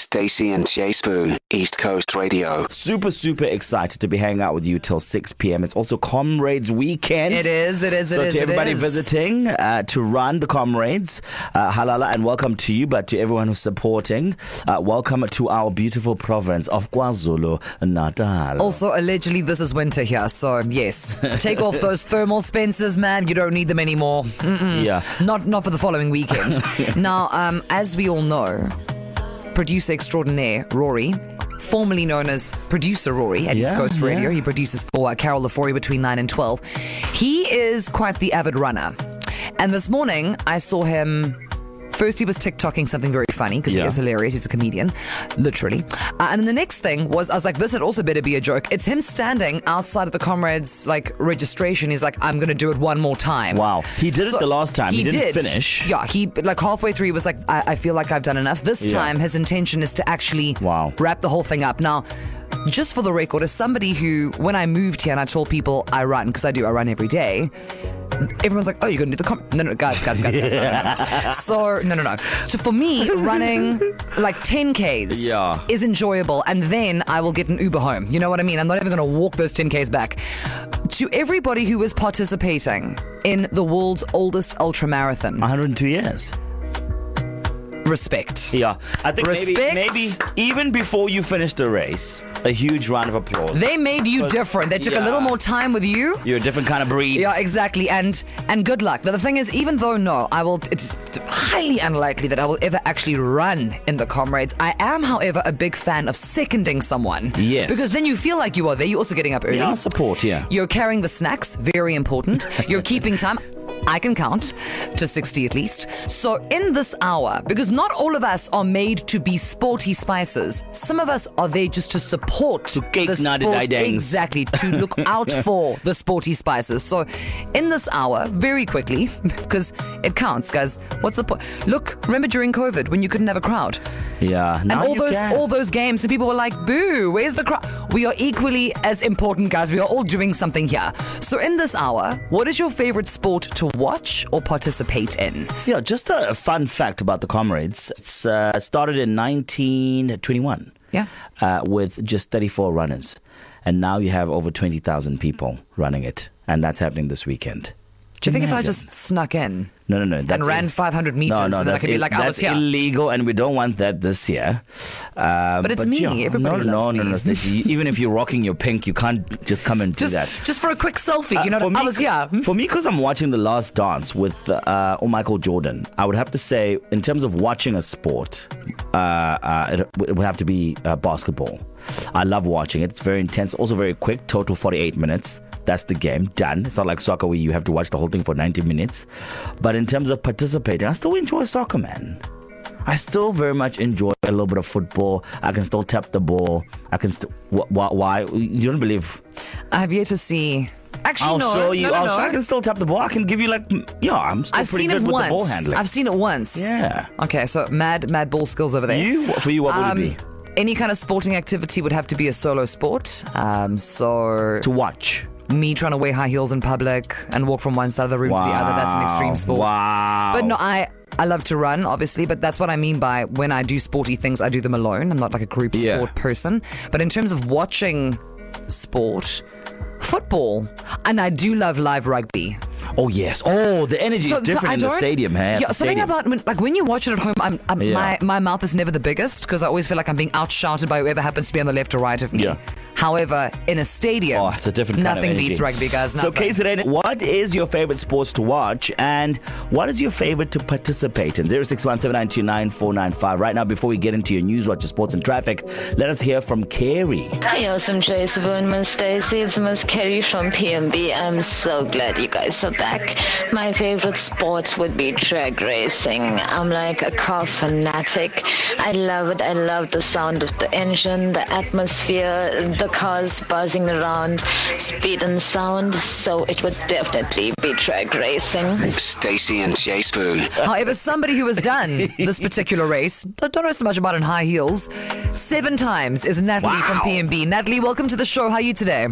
Stacy and Jay Spoon, East Coast Radio. Super, super excited to be hanging out with you till 6 p.m. It's also Comrades Weekend. It is, it is, it so is, to it everybody is. visiting uh, to run the Comrades, uh, halala and welcome to you, but to everyone who's supporting, uh, welcome to our beautiful province of KwaZulu Natal. Also, allegedly, this is winter here, so yes, take off those thermal Spencers, man. You don't need them anymore. Mm-mm. yeah. Not, not for the following weekend. now, um, as we all know, producer extraordinaire Rory. Formerly known as producer Rory at East Yeah, Coast Radio, yeah. he produces for uh, Carol Lafori between nine and twelve. He is quite the avid runner, and this morning I saw him First, he was TikToking something very funny because Yeah. he is hilarious. He's a comedian, literally. Uh, and then the next thing was, I was like, this had also better be a joke. It's him standing outside of the comrades like registration. He's like, I'm going to do it one more time. Wow. He did it So- the last time. He, didn't finish. Yeah, he like halfway through he was like, I, I feel like I've done enough. This Yeah. time his intention is to actually Wow. wrap the whole thing up. Now, just for the record, as somebody who when I moved here and I told people I run, because I do, I run every day. Everyone's like, "Oh, you're gonna do the com?" No, no, guys, guys, guys, guys. no, no, no. So, no, no, no. So for me, running like 10ks Yeah. is enjoyable, and then I will get an Uber home. You know what I mean? I'm not even going to walk those 10Ks back. To everybody who is participating in the world's oldest ultra marathon, 102 years. respect. Yeah. I think Respect. maybe maybe even before you finish the race, a huge round of applause. They made you But- different. They took a little Yeah. more time with you. You're a different kind of breed. Yeah, exactly. And and good luck. Now, the thing is, even though no, I will. It's highly unlikely that I will ever actually run in the comrades. I am, however, a big fan of seconding someone. Yes. Because then you feel like you are there. You're also getting up early. Yeah, support, yeah. You're carrying the snacks, very important. You're keeping time. I can count to 60 at least. So, in this hour, because not all of us are made to be sporty spices, some of us are there just to support To cake the not the sport- didings. Exactly, to look out for the sporty spices. So, in this hour, very quickly, because it counts, guys. What's the point? Look, remember during COVID when you couldn't have a crowd? Yeah. And Now all you those can. all those games, and people were like, "Boo! Where's the crowd?" We are equally as important, guys. We are all doing something here. So, in this hour, what is your favorite sport to watch or participate in? Yeah, just a fun fact about the comrades. It's uh, started in 1921. Yeah. Uh, with just 34 runners, and now you have over 20,000 people running it, and that's happening this weekend. Do you think if I Imagine. just snuck in No, no, no. That's and ran ill- 500 meters, No, no, and then I that's, could be ill- like, "Oh, "I was that's here." illegal, and we don't want that this year. Um, But it's me. Everybody no, loves no, no, me. no, Stacey. Even if you're rocking your pink, you can't just come and just do that. just for a quick selfie, you know? Uh, for I me- was here. For me, because I'm watching The Last Dance with uh, or Michael Jordan, I would have to say, in terms of watching a sport, uh, uh, it, it would have to be uh, basketball. I love watching it. It's very intense, also very quick. Total 48 minutes. That's the game done. It's not like soccer where you have to watch the whole thing for 90 minutes. But in terms of participating, I still enjoy soccer, man. I still very much enjoy a little bit of football. I can still tap the ball. I can still. Wh- wh- why? You don't believe I have yet to see. Actually, I'll no, show you. no, no, I'll no. show, I can still tap the ball. I can give you like, m- yeah, I'm still I've pretty seen good it with once. the ball handling. I've seen it once. yeah. Okay, so mad, mad ball skills over there. You for you, what would Eh. Um, it be Any kind of sporting activity would have to be a solo sport. Um, so to watch? me trying to wear high heels in public and walk from one side of the room to the other, that's an Wow. extreme sport. Wow. But no, I I love to run, obviously, but that's what I mean by when I do sporty things, I do them alone. I'm not like a group Yeah. sport person. But in terms of watching sport, football, and I do love live rugby. oh yes. Oh, the energy is different I in the don't- stadium. Hey, at yeah, the something stadium. about when, like when you watch it at home, I'm, I'm, Yeah. my my mouth is never the biggest because I always feel like I'm being outshouted by whoever happens to be on the left or right of me. Yeah. However, in a stadium, Oh, it's a different kind of nothing energy. beats rugby, guys. So, Nothing. Kayseren, what is your favorite sports to watch and what is your favorite to participate in? 0617929495. Right now, before we get into your news, watch your sports and traffic, let us hear from Carrie. Hi, awesome Jay Spoon, Miss Stacy. It's Miss Carrie from PMB. I'm so glad you guys are back. My favorite sport would be drag racing. I'm like a car fanatic. I love it. I love the sound of the engine, the atmosphere, the cars buzzing around, speed and sound. So it would definitely be drag racing. Stacy and Jay Spoon, However, somebody who has done this particular race, I don't know so much about in high heels, seven times is Natalie from Wow. PMB. Natalie, welcome to the show. How are you today?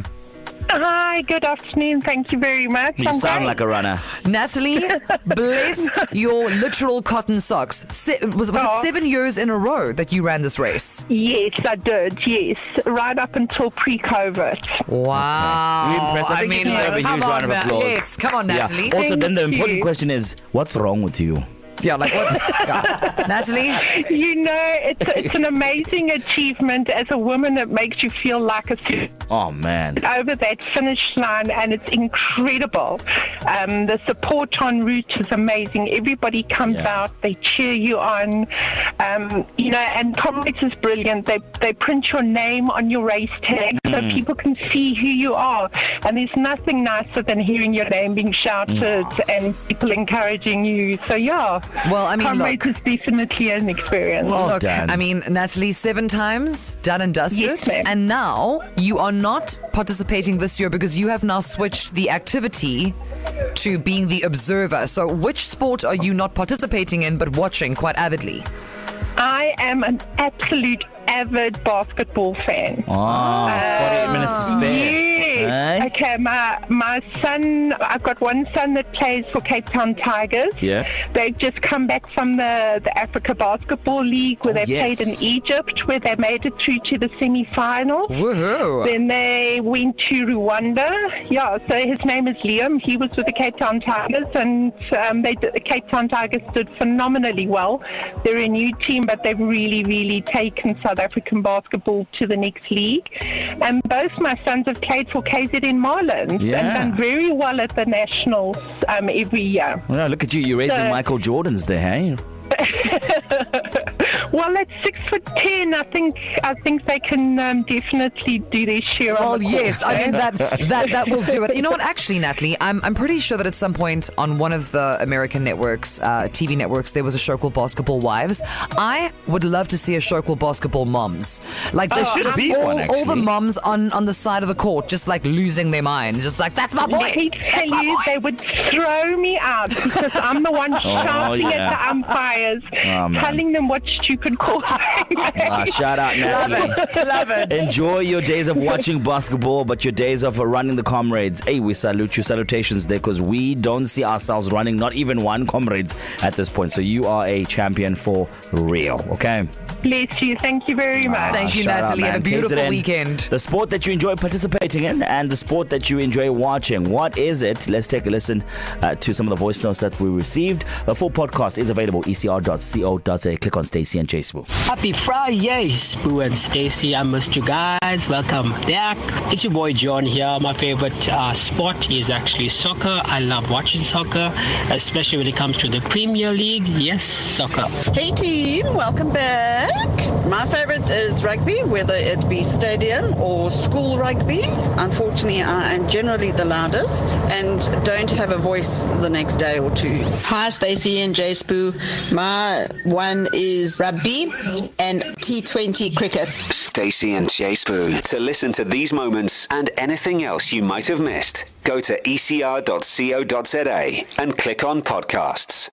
Hi, good afternoon. Thank you very much. You I'm sound great. like a runner. Natalie, bless your literal cotton socks. Se- was was Oh. it seven years in a row that you ran this race? Yes, I did. Yes, right up until pre-COVID. Wow. You're impressed. I Oh, I think you mean, deserve a come huge on, round of Na- applause. Yes, come on, Yeah. Natalie. Also, then the Thank important you. question is, what's wrong with you? Yeah, like what? Yeah. Natalie? You know, it's it's an amazing achievement as a woman. It makes you feel like a super Oh man. over that finish line, and it's incredible. Um, the support en route is amazing. Everybody comes Yeah. out, they cheer you on. Um, you know, and Comrades is brilliant. They they print your name on your race tag Mm. so people can see who you are. And there's nothing nicer than hearing your name being shouted and people encouraging you. So yeah, Well, I mean, Comrades look. is definitely an experience. Well Look, done. I mean, Natalie, seven times, done and dusted. Yes, ma'am. and now you are not participating this year because you have now switched the activity to being the observer. So, which sport are you not participating in but watching quite avidly? I am an absolute avid basketball fan. Oh, 48 minutes to spare. Yes. Eh? Okay, my my son, I've got one son that plays for Cape Town Tigers. Yeah. They've just come back from the, the Africa Basketball League where they Oh, yes. played in Egypt, where they made it through to the semi final. Woohoo! Then they went to Rwanda. Yeah, so his name is Liam. He was with the Cape Town Tigers, and um, they did, the Cape Town Tigers did phenomenally well. They're a new team, but they've really, really taken South African basketball to the next league. And both my sons have played for KZN Marlins Yeah. and done very well at the nationals um, every year. Well, look at you. You're raising So- Michael Jordan's there, hey? Well, at six foot ten, I think I think they can um, definitely do their share. Well, on the court, yes, I mean that that that will do it. You know what? Actually, Natalie, I'm I'm pretty sure that at some point on one of the American networks, uh, TV networks, there was a show called Basketball Wives. I would love to see a show called Basketball Moms. Like just, should just be all, one, all the actually. moms on on the side of the court, just like losing their minds, just like that's my Let me boy. tell you, they would throw me out because I'm the one shouting Oh, yeah. at the umpires, Oh, man. telling them what stupid call. Ah, shout out, Natalie. Love it. Enjoy your days of watching basketball, but your days of uh, running the comrades. Hey, we salute you. Salutations there, because we don't see ourselves running, not even one comrades at this point. So you are a champion for real, okay? Bless you. Thank you very much. Thank you, Ah, shout Natalie. Have a man. beautiful KZN, weekend. The sport that you enjoy participating in and the sport that you enjoy watching. What is it? Let's take a listen uh, to some of the voice notes that we received. The full podcast is available E ecr.co.za. Click on Stacey and Jay Spoon. Happy Fridays, Boo and Stacy. I missed you guys. Welcome back. It's your boy John here. My favorite uh, sport is actually soccer. I love watching soccer, especially when it comes to the Premier League. Yes, soccer. Hey team, welcome back. My favourite is rugby, whether it be stadium or school rugby. Unfortunately, I am generally the loudest and don't have a voice the next day or two. Hi, Stacey and Jay Spoo. My one is rugby and T20 cricket. Stacy and Jay Spoon. To listen to these moments and anything else you E might have missed, go to ecr.co.za and click on podcasts.